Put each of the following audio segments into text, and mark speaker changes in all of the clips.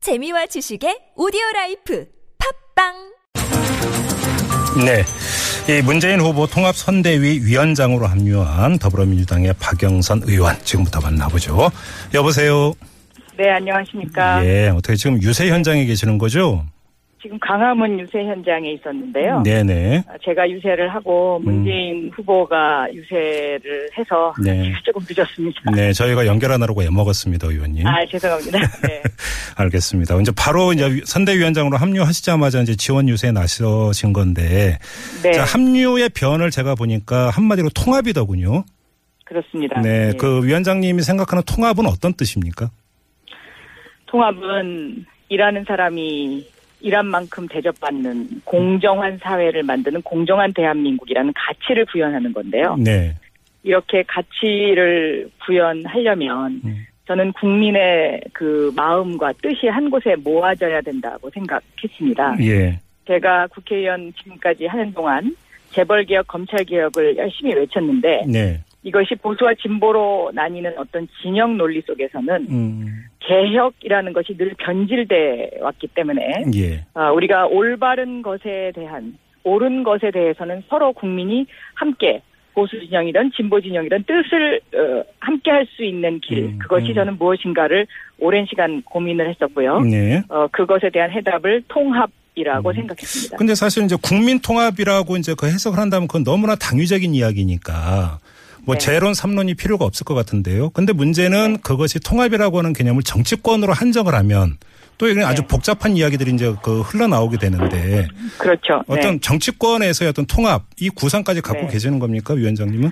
Speaker 1: 재미와 지식의 오디오 라이프 팝빵
Speaker 2: 네. 이 문재인 후보 통합선대위 위원장으로 합류한 더불어민주당의 박영선 의원 지금부터 만나보죠. 여보세요.
Speaker 3: 네, 안녕하십니까.
Speaker 2: 예, 어떻게 지금 유세 현장에 계시는 거죠?
Speaker 3: 지금 광화문 유세 현장에 있었는데요.
Speaker 2: 네네. 음.
Speaker 3: 아, 제가 유세를 하고 문재인 후보가 유세를 해서
Speaker 2: 네.
Speaker 3: 조금 늦었습니다.
Speaker 2: 네, 저희가 연결 하나로 애먹었습니다, 의원님.
Speaker 3: 아, 죄송합니다. 네.
Speaker 2: 알겠습니다. 이제 바로 이제 선대위원장으로 합류하시자마자 이제 지원 유세에 나서신 건데.
Speaker 3: 네.
Speaker 2: 자, 합류의 변을 제가 보니까 한마디로 통합이더군요.
Speaker 3: 그렇습니다.
Speaker 2: 네,
Speaker 3: 예.
Speaker 2: 그 위원장님이 생각하는 통합은 어떤 뜻입니까?
Speaker 3: 통합은 일하는 사람이 일한 만큼 대접받는 공정한 사회를 만드는 공정한 대한민국이라는 가치를 구현하는 건데요.
Speaker 2: 네.
Speaker 3: 이렇게 가치를 구현하려면
Speaker 2: 음.
Speaker 3: 저는 국민의 그 마음과 뜻이 한 곳에 모아져야 된다고 생각했습니다.
Speaker 2: 예.
Speaker 3: 제가 국회의원 지금까지 하는 동안 재벌개혁, 검찰개혁을 열심히 외쳤는데
Speaker 2: 네.
Speaker 3: 이것이 보수와 진보로 나뉘는 어떤 진영 논리 속에서는
Speaker 2: 음.
Speaker 3: 개혁이라는 것이 늘 변질돼 왔기 때문에
Speaker 2: 예.
Speaker 3: 아, 우리가 올바른 것에 대한 옳은 것에 대해서는 서로 국민이 함께 보수 진영이든 진보 진영이든 뜻을 어, 함께 할 수 있는 길
Speaker 2: 음,
Speaker 3: 그것이
Speaker 2: 음.
Speaker 3: 저는 무엇인가를 오랜 시간 고민을 했었고요.
Speaker 2: 네.
Speaker 3: 어, 그것에 대한 해답을 통합이라고
Speaker 2: 음.
Speaker 3: 생각했습니다.
Speaker 2: 근데 사실 이제 국민 통합이라고 이제 그 해석을 한다면 그건 너무나 당위적인 이야기니까 뭐
Speaker 3: 네.
Speaker 2: 재론 삼론이 필요가 없을 것 같은데요. 근데 문제는 그것이 통합이라고 하는 개념을 정치권으로 한정을 하면 또 이건 아주
Speaker 3: 네.
Speaker 2: 복잡한 이야기들이 이제 그 흘러나오게 되는데
Speaker 3: 그렇죠. 네.
Speaker 2: 어떤 정치권에서의 어떤 통합 이 구상까지 갖고
Speaker 3: 네.
Speaker 2: 계시는 겁니까 위원장님은?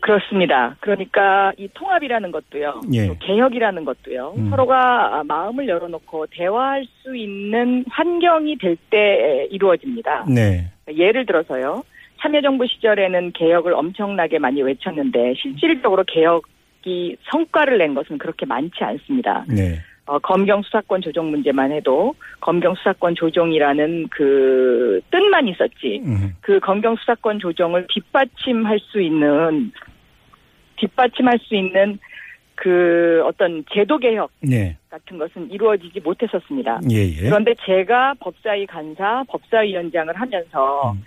Speaker 3: 그렇습니다. 그러니까 이 통합이라는 것도요,
Speaker 2: 예.
Speaker 3: 또 개혁이라는 것도요,
Speaker 2: 음.
Speaker 3: 서로가 마음을 열어놓고 대화할 수 있는 환경이 될 때 이루어집니다.
Speaker 2: 네.
Speaker 3: 예를 들어서요, 참여정부 시절에는 개혁을 엄청나게 많이 외쳤는데 실질적으로 개혁이 성과를 낸 것은 그렇게 많지 않습니다.
Speaker 2: 네.
Speaker 3: 어, 검경 수사권 조정 문제만 해도 검경 수사권 조정이라는 그 뜻만 있었지
Speaker 2: 음.
Speaker 3: 그 검경 수사권 조정을 뒷받침할 수 있는 뒷받침할 수 있는 그 어떤 제도 개혁
Speaker 2: 네.
Speaker 3: 같은 것은 이루어지지 못했었습니다.
Speaker 2: 예, 예.
Speaker 3: 그런데 제가 법사위 간사, 법사위원장을 하면서
Speaker 2: 음.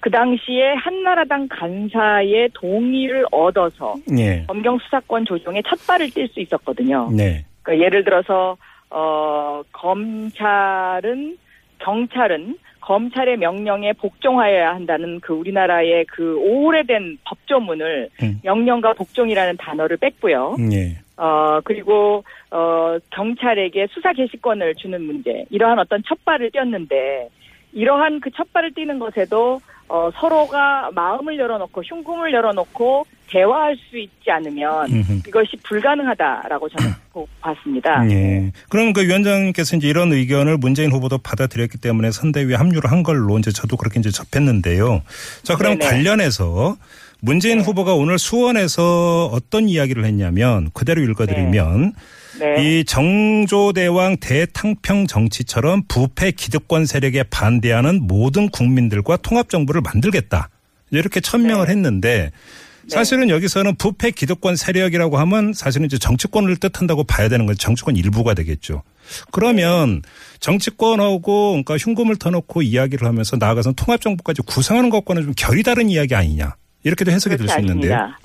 Speaker 3: 그 당시에 한나라당 간사의 동의를 얻어서
Speaker 2: 예.
Speaker 3: 검경 수사권 조정에 첫 발을 띨 수 있었거든요.
Speaker 2: 네.
Speaker 3: 그러니까 예를 들어서 어 검찰은 경찰은 검찰의 명령에 복종하여야 한다는 그 우리나라의 그 오래된 법조문을
Speaker 2: 음.
Speaker 3: 명령과 복종이라는 단어를 뺐고요.
Speaker 2: 예.
Speaker 3: 어 그리고 어 경찰에게 수사 개시권을 주는 문제 이러한 어떤 첫발을 띄었는데 이러한 그 첫발을 띄는 것에도 어 서로가 마음을 열어놓고 흉금을 열어놓고 대화할 수 있지 않으면
Speaker 2: 음흠.
Speaker 3: 이것이 불가능하다라고 저는 보- 봤습니다. 네.
Speaker 2: 예. 그럼 그 위원장님께서 이제 이런 의견을 문재인 후보도 받아들였기 때문에 선대위에 합류를 한 걸로 이제 저도 그렇게 이제 접했는데요. 자, 그럼
Speaker 3: 네네. 네.
Speaker 2: 관련해서 문재인 후보가 오늘 수원에서 어떤 이야기를 했냐면 그대로 읽어드리면
Speaker 3: 네.
Speaker 2: 이 정조대왕 대탕평 정치처럼 부패 기득권 세력에 반대하는 모든 국민들과 통합정부를 만들겠다. 이렇게 천명을
Speaker 3: 네.
Speaker 2: 했는데 사실은 여기서는 부패 기득권 세력이라고 하면 사실은 이제 정치권을 뜻한다고 봐야 되는 거죠. 정치권 일부가 되겠죠. 그러면
Speaker 3: 네.
Speaker 2: 정치권하고 그러니까 흉금을 터놓고 이야기를 하면서 나아가서 통합정부까지 구상하는 것과는 좀 결이 다른 이야기 아니냐. 이렇게도 해석이 될
Speaker 3: 그렇지
Speaker 2: 수 있는데요.
Speaker 3: 않습니다.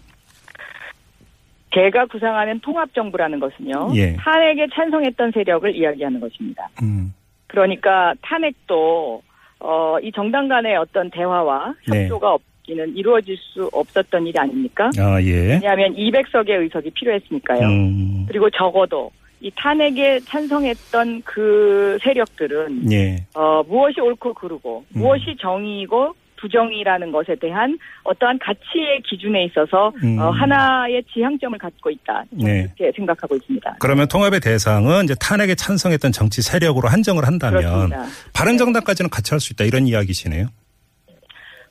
Speaker 3: 제가 구상하는 통합정부라는 것은요.
Speaker 2: 예.
Speaker 3: 탄핵에 찬성했던 세력을 이야기하는 것입니다.
Speaker 2: 음,
Speaker 3: 그러니까 탄핵도 어, 이 정당 간의 어떤 대화와
Speaker 2: 네.
Speaker 3: 협조가 없기는 이루어질 수 없었던 일이 아닙니까?
Speaker 2: 아, 예.
Speaker 3: 왜냐하면 200석의 의석이 필요했으니까요.
Speaker 2: 음,
Speaker 3: 그리고 적어도 이 탄핵에 찬성했던 그 세력들은
Speaker 2: 예.
Speaker 3: 어, 무엇이 옳고 그르고
Speaker 2: 음.
Speaker 3: 무엇이 정의이고 부정이라는 것에 대한 어떠한 가치의 기준에 있어서
Speaker 2: 음.
Speaker 3: 어, 하나의 지향점을 갖고 있다
Speaker 2: 네.
Speaker 3: 이렇게 생각하고 있습니다.
Speaker 2: 그러면 통합의 대상은 이제 탄핵에 찬성했던 정치 세력으로 한정을 한다면
Speaker 3: 그렇습니다. 네.
Speaker 2: 바른정당까지는 같이 할 수 있다 이런 이야기시네요.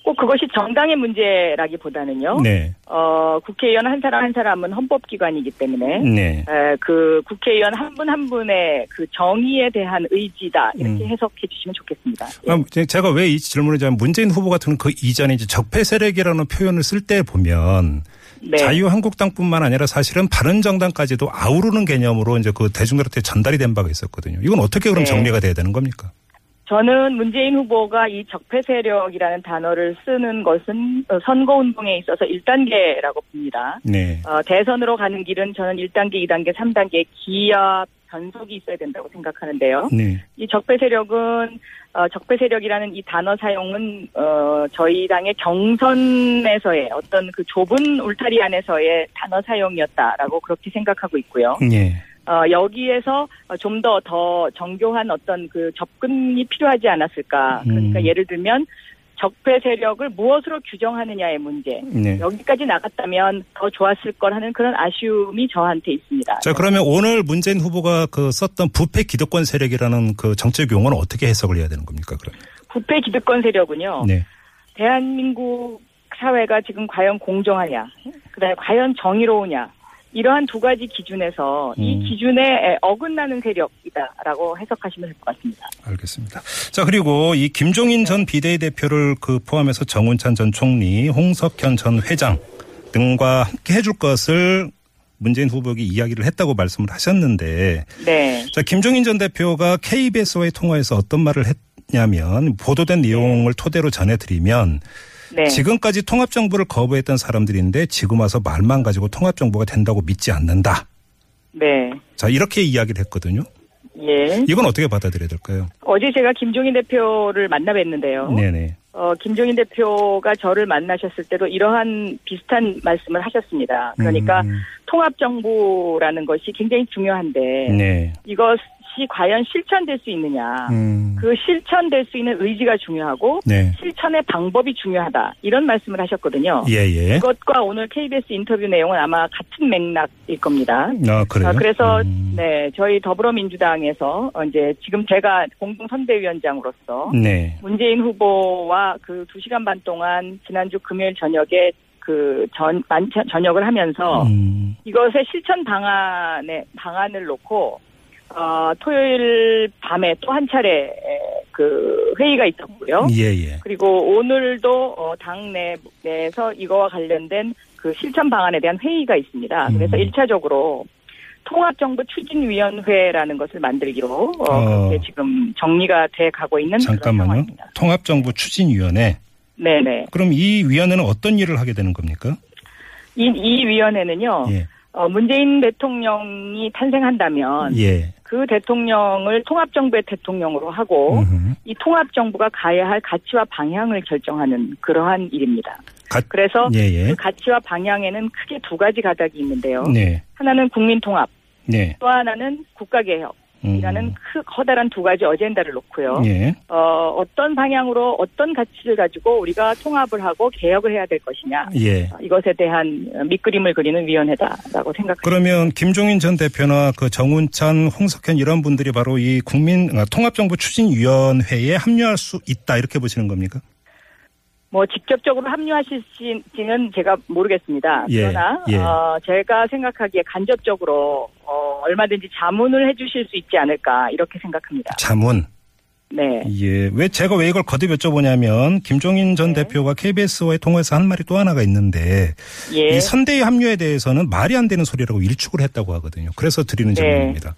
Speaker 3: 꼭 그것이 정당의 문제라기보다는요.
Speaker 2: 네,
Speaker 3: 어, 국회의원 한 사람 한 사람은 헌법기관이기 때문에
Speaker 2: 네,
Speaker 3: 에, 그 국회의원 한 분 한 분의 그 정의에 대한 의지다 이렇게
Speaker 2: 음.
Speaker 3: 해석해 주시면 좋겠습니다. 예.
Speaker 2: 그럼 제- 제가 왜 이 질문을 하면 문재인 후보 같은 경우는 그 이전에 이제 적폐 세력이라는 표현을 쓸 때 보면
Speaker 3: 네.
Speaker 2: 자유한국당뿐만 아니라 사실은 바른정당까지도 아우르는 개념으로 이제 그 대중들한테 전달이 된 바가 있었거든요. 이건 어떻게 그럼
Speaker 3: 네.
Speaker 2: 정리가 돼야 되는 겁니까?
Speaker 3: 저는 문재인 후보가 이 적폐 세력이라는 단어를 쓰는 것은 어, 선거 운동에 있어서 1단계라고 봅니다.
Speaker 2: 네.
Speaker 3: 어, 대선으로 가는 길은 저는 1단계, 2단계, 3단계 기압 변속이 있어야 된다고 생각하는데요.
Speaker 2: 네.
Speaker 3: 이 적폐 세력은 어, 적폐 세력이라는 이 단어 사용은 어, 저희 당의 경선에서의 어떤 그 좁은 울타리 안에서의 단어 사용이었다라고 그렇게 생각하고 있고요.
Speaker 2: 네.
Speaker 3: 어, 여기에서 좀 더 더 정교한 어떤 그 접근이 필요하지 않았을까. 그러니까
Speaker 2: 음.
Speaker 3: 예를 들면 적폐 세력을 무엇으로 규정하느냐의 문제.
Speaker 2: 네.
Speaker 3: 여기까지 나갔다면 더 좋았을 거라는 그런 아쉬움이 저한테 있습니다.
Speaker 2: 자, 그러면 오늘 문재인 후보가 그 썼던 부패 기득권 세력이라는 그 정책 용어는 어떻게 해석을 해야 되는 겁니까, 그러면?
Speaker 3: 부패 기득권 세력은요.
Speaker 2: 네.
Speaker 3: 대한민국 사회가 지금 과연 공정하냐, 그다음에 과연 정의로우냐 이러한 두 가지 기준에서 이
Speaker 2: 음.
Speaker 3: 기준에 어긋나는 세력이다라고 해석하시면 될 것 같습니다.
Speaker 2: 알겠습니다. 자, 그리고 이 김종인 전 비대위 대표를 그 포함해서 정운찬 전 총리, 홍석현 전 회장 등과 함께 해줄 것을 문재인 후보에게 이야기를 했다고 말씀을 하셨는데
Speaker 3: 네,
Speaker 2: 자, 김종인 전 대표가 KBS와의 통화에서 어떤 말을 했냐면 보도된 내용을 토대로 전해드리면
Speaker 3: 네,
Speaker 2: 지금까지 통합정부를 거부했던 사람들인데 지금 와서 말만 가지고 통합정부가 된다고 믿지 않는다.
Speaker 3: 네,
Speaker 2: 자, 이렇게 이야기를 했거든요.
Speaker 3: 예.
Speaker 2: 이건 어떻게 받아들여야 될까요?
Speaker 3: 어제 제가 김종인 대표를 만나뵀는데요.
Speaker 2: 네네.
Speaker 3: 어, 김종인 대표가 저를 만나셨을 때도 이러한 비슷한 말씀을 하셨습니다. 그러니까
Speaker 2: 음,
Speaker 3: 통합정부라는 것이 굉장히 중요한데
Speaker 2: 네.
Speaker 3: 이것이 과연 실천될 수 있느냐.
Speaker 2: 음,
Speaker 3: 그 실천될 수 있는 의지가 중요하고
Speaker 2: 네.
Speaker 3: 실천의 방법이 중요하다 이런 말씀을 하셨거든요.
Speaker 2: 예, 예.
Speaker 3: 이것과 오늘 KBS 인터뷰 내용은 아마 같은 맥락일 겁니다.
Speaker 2: 아, 그래요?
Speaker 3: 아, 그래서
Speaker 2: 음,
Speaker 3: 네 저희 더불어민주당에서 어, 이제 지금 제가 공동선대위원장으로서
Speaker 2: 네.
Speaker 3: 문재인 후보와 그 두 시간 반 동안 지난주 금요일 저녁에 그전 저녁을 하면서
Speaker 2: 음,
Speaker 3: 이것의 실천 방안에 방안을 놓고 어, 토요일 밤에 또 한 차례 에, 그 회의가 있었고요.
Speaker 2: 예, 예.
Speaker 3: 그리고 오늘도 어, 당내 내에서 이거와 관련된 그 실천 방안에 대한 회의가 있습니다. 그래서
Speaker 2: 음.
Speaker 3: 일차적으로 통합정부 추진위원회라는 것을 만들기로 어,
Speaker 2: 어.
Speaker 3: 그렇게 지금 정리가 돼 가고 있는 그런
Speaker 2: 잠깐만요.
Speaker 3: 상황입니다.
Speaker 2: 통합정부 추진위원회.
Speaker 3: 네네.
Speaker 2: 그럼 이 위원회는 어떤 일을 하게 되는 겁니까?
Speaker 3: 이, 이 위원회는요.
Speaker 2: 예.
Speaker 3: 어, 문재인 대통령이 탄생한다면
Speaker 2: 예.
Speaker 3: 그 대통령을 통합정부의 대통령으로 하고
Speaker 2: 음흠.
Speaker 3: 이 통합정부가 가야 할 가치와 방향을 결정하는 그러한 일입니다.
Speaker 2: 가-
Speaker 3: 그래서
Speaker 2: 예, 예.
Speaker 3: 그 가치와 방향에는 크게 두 가지 가닥이 있는데요.
Speaker 2: 네.
Speaker 3: 하나는 국민 통합,
Speaker 2: 네.
Speaker 3: 또 하나는 국가 개혁이라는
Speaker 2: 음.
Speaker 3: 크, 커다란 두 가지 어젠다를 놓고요.
Speaker 2: 예.
Speaker 3: 어, 어떤 방향으로 어떤 가치를 가지고 우리가 통합을 하고 개혁을 해야 될 것이냐.
Speaker 2: 예.
Speaker 3: 어, 이것에 대한 밑그림을 그리는 위원회다라고 생각합니다.
Speaker 2: 그러면 김종인 전 대표나 그 정운찬, 홍석현 이런 분들이 바로 이 국민 아, 통합정부 추진위원회에 합류할 수 있다 이렇게 보시는 겁니까?
Speaker 3: 뭐 직접적으로 합류하실지는 제가 모르겠습니다.
Speaker 2: 예,
Speaker 3: 그러나
Speaker 2: 예.
Speaker 3: 어, 제가 생각하기에 간접적으로 어, 얼마든지 자문을 해주실 수 있지 않을까 이렇게 생각합니다.
Speaker 2: 자문.
Speaker 3: 네,
Speaker 2: 예. 왜 제가 왜 이걸 거듭 여쭤보냐면 김종인 전
Speaker 3: 네.
Speaker 2: 대표가 KBS와의 통화에서 한 말이 또 하나가 있는데
Speaker 3: 예,
Speaker 2: 이 선대위 합류에 대해서는 말이 안 되는 소리라고 일축을 했다고 하거든요. 그래서 드리는
Speaker 3: 네.
Speaker 2: 질문입니다.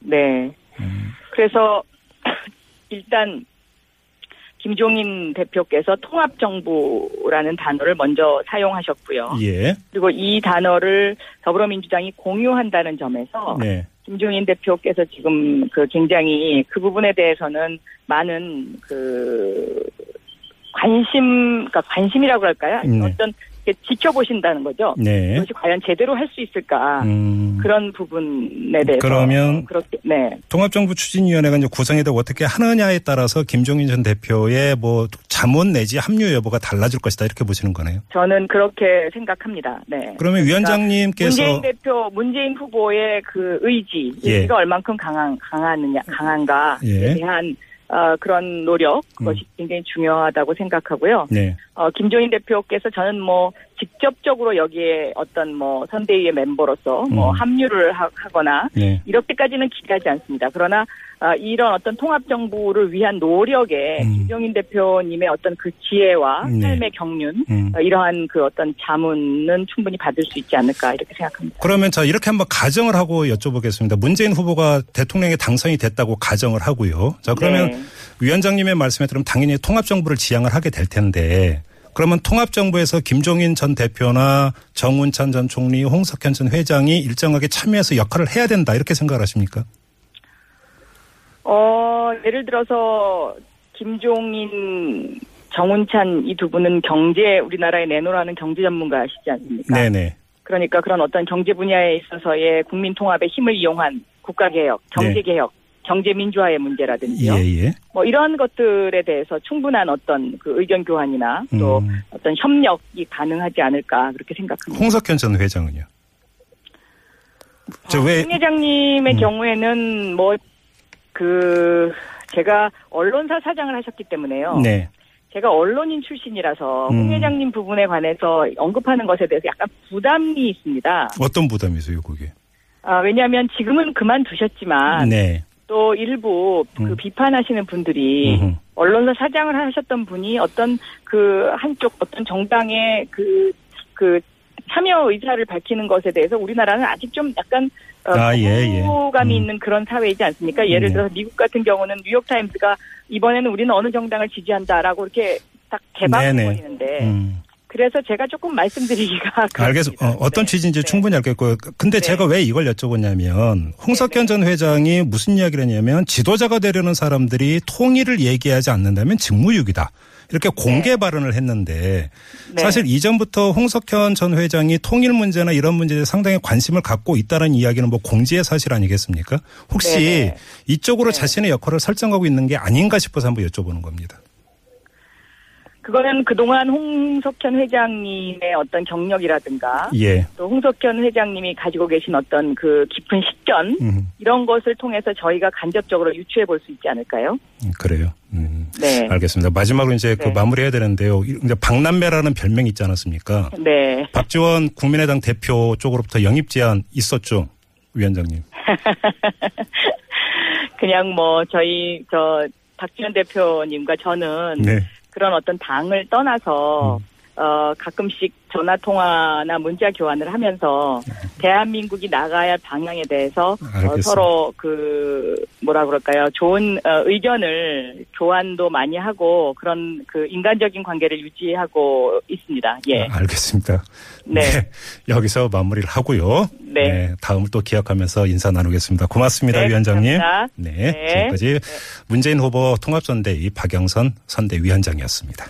Speaker 3: 네. 그래서 일단 김종인 대표께서 통합정부라는 단어를 먼저 사용하셨고요.
Speaker 2: 예.
Speaker 3: 그리고 이 단어를 더불어민주당이 공유한다는 점에서
Speaker 2: 네.
Speaker 3: 김종인 대표께서 지금 그 굉장히 그 부분에 대해서는 많은 그 관심, 그러니까 관심이라고 할까요?
Speaker 2: 네.
Speaker 3: 어떤 이렇게 지켜보신다는 거죠.
Speaker 2: 네.
Speaker 3: 그것이 과연 제대로 할 수 있을까?
Speaker 2: 음.
Speaker 3: 어. 그런 부분에 대해서
Speaker 2: 그러면
Speaker 3: 그렇게 네.
Speaker 2: 통합정부 추진위원회가 이제 구성이 되고 어떻게 하느냐에 따라서 김종인 전 대표의 뭐 자문 내지 합류 여부가 달라질 것이다 이렇게 보시는 거네요.
Speaker 3: 저는 그렇게 생각합니다. 네.
Speaker 2: 그러면 위원장님께서
Speaker 3: 문재인 대표, 문재인 후보의 그 의지,
Speaker 2: 예.
Speaker 3: 의지가 얼만큼 강한, 강하느냐, 강한가에
Speaker 2: 예. 음.
Speaker 3: 대한 어, 그런 노력, 그것이 굉장히 중요하다고 생각하고요.
Speaker 2: 네.
Speaker 3: 어, 김종인 대표께서 저는 뭐 직접적으로 여기에 어떤 뭐 선대위의 멤버로서 뭐
Speaker 2: 음.
Speaker 3: 합류를 하, 거나
Speaker 2: 네.
Speaker 3: 이렇게까지는 기대하지 않습니다. 그러나 아, 이런 어떤 통합 정부를 위한 노력에
Speaker 2: 음.
Speaker 3: 김종인 대표님의 어떤 그 지혜와
Speaker 2: 네.
Speaker 3: 삶의 경륜
Speaker 2: 음.
Speaker 3: 어, 이러한 그 어떤 자문은 충분히 받을 수 있지 않을까 이렇게 생각합니다.
Speaker 2: 그러면 자 이렇게 한번 가정을 하고 여쭤보겠습니다. 문재인 후보가 대통령에 당선이 됐다고 가정을 하고요. 자 아, 그러면
Speaker 3: 네.
Speaker 2: 위원장님의 말씀에 따르면 당연히 통합정부를 지향을 하게 될 텐데 그러면 통합정부에서 김종인 전 대표나 정운찬 전 총리, 홍석현 전 회장이 일정하게 참여해서 역할을 해야 된다 이렇게 생각을 하십니까?
Speaker 3: 어, 예를 들어서 김종인, 정운찬 이 두 분은 경제 우리나라에 내놓으라는 경제 전문가시지 않습니까?
Speaker 2: 네네.
Speaker 3: 그러니까 그런 어떤 경제 분야에 있어서의 국민 통합의 힘을 이용한 국가 개혁, 경제
Speaker 2: 네.
Speaker 3: 개혁, 경제 민주화의 문제라든지요.
Speaker 2: 예예.
Speaker 3: 뭐 이러한 것들에 대해서 충분한 어떤 그 의견 교환이나 또
Speaker 2: 음.
Speaker 3: 어떤 협력이 가능하지 않을까 그렇게 생각합니다.
Speaker 2: 홍석현 전 회장은요. 저왜
Speaker 3: 홍 회장님의
Speaker 2: 음.
Speaker 3: 경우에는 뭐 그 제가 언론사 사장을 하셨기 때문에요.
Speaker 2: 네.
Speaker 3: 제가 언론인 출신이라서 홍
Speaker 2: 음.
Speaker 3: 회장님 부분에 관해서 언급하는 것에 대해서 약간 부담이 있습니다.
Speaker 2: 어떤 부담이세요, 그게?
Speaker 3: 아, 왜냐하면 지금은 그만두셨지만
Speaker 2: 네.
Speaker 3: 또 일부 그
Speaker 2: 음.
Speaker 3: 비판하시는 분들이
Speaker 2: 음흠.
Speaker 3: 언론사 사장을 하셨던 분이 어떤 그 한쪽 어떤 정당의 그, 그 참여 의사를 밝히는 것에 대해서 우리나라는 아직 좀 약간 어,
Speaker 2: 아, 예, 예.
Speaker 3: 거부감이
Speaker 2: 음.
Speaker 3: 있는 그런 사회이지 않습니까? 예를
Speaker 2: 네.
Speaker 3: 들어서 미국 같은 경우는 뉴욕타임스가 이번에는 우리는 어느 정당을 지지한다라고 이렇게 딱
Speaker 2: 네네.
Speaker 3: 개방해버리는데
Speaker 2: 음.
Speaker 3: 그래서 제가 조금 말씀드리기가
Speaker 2: 알겠어.
Speaker 3: 그렇습니다.
Speaker 2: 어, 어떤
Speaker 3: 네.
Speaker 2: 취지인지
Speaker 3: 네.
Speaker 2: 충분히 알겠고요. 근데
Speaker 3: 네.
Speaker 2: 제가 왜 이걸 여쭤보냐면 홍석현
Speaker 3: 네.
Speaker 2: 전 회장이 무슨 이야기를 했냐면 지도자가 되려는 사람들이 통일을 얘기하지 않는다면 직무유기다. 이렇게 공개 발언을 했는데
Speaker 3: 네.
Speaker 2: 사실 이전부터 홍석현 전 회장이 통일 문제나 이런 문제에 상당히 관심을 갖고 있다는 이야기는 뭐 공지의 사실 아니겠습니까? 혹시
Speaker 3: 네네.
Speaker 2: 이쪽으로
Speaker 3: 네.
Speaker 2: 자신의 역할을 설정하고 있는 게 아닌가 싶어서 한번 여쭤보는 겁니다.
Speaker 3: 그거는 그동안 홍석현 회장님의 어떤 경력이라든가
Speaker 2: 예.
Speaker 3: 또 홍석현 회장님이 가지고 계신 어떤 그 깊은 식견
Speaker 2: 음,
Speaker 3: 이런 것을 통해서 저희가 간접적으로 유추해 볼 수 있지 않을까요?
Speaker 2: 그래요. 음.
Speaker 3: 네.
Speaker 2: 알겠습니다. 마지막으로 이제 그
Speaker 3: 네.
Speaker 2: 마무리해야 되는데요. 이제 박남매라는 별명이 있지 않았습니까?
Speaker 3: 네.
Speaker 2: 박지원 국민의당 대표 쪽으로부터 영입 제안 있었죠, 위원장님.
Speaker 3: 그냥 뭐 저희 저 박지원 대표님과 저는
Speaker 2: 네.
Speaker 3: 그런 어떤 당을 떠나서
Speaker 2: 음.
Speaker 3: 어 가끔씩 전화 통화나 문자 교환을 하면서 대한민국이 나가야 할 방향에 대해서 어,
Speaker 2: 네. 알겠습니다.
Speaker 3: 서로 그 뭐라 그럴까요 좋은 어, 의견을 교환도 많이 하고 그런 그 인간적인 관계를 유지하고 있습니다. 예,
Speaker 2: 아, 알겠습니다.
Speaker 3: 네.
Speaker 2: 여기서 마무리를 하고요.
Speaker 3: 네.
Speaker 2: 다음을 또 기약하면서 인사 나누겠습니다. 고맙습니다,
Speaker 3: 네,
Speaker 2: 위원장님.
Speaker 3: 감사합니다.
Speaker 2: 네.
Speaker 3: 네.
Speaker 2: 지금까지 문재인 후보 통합선대위 박영선 선대위원장이었습니다.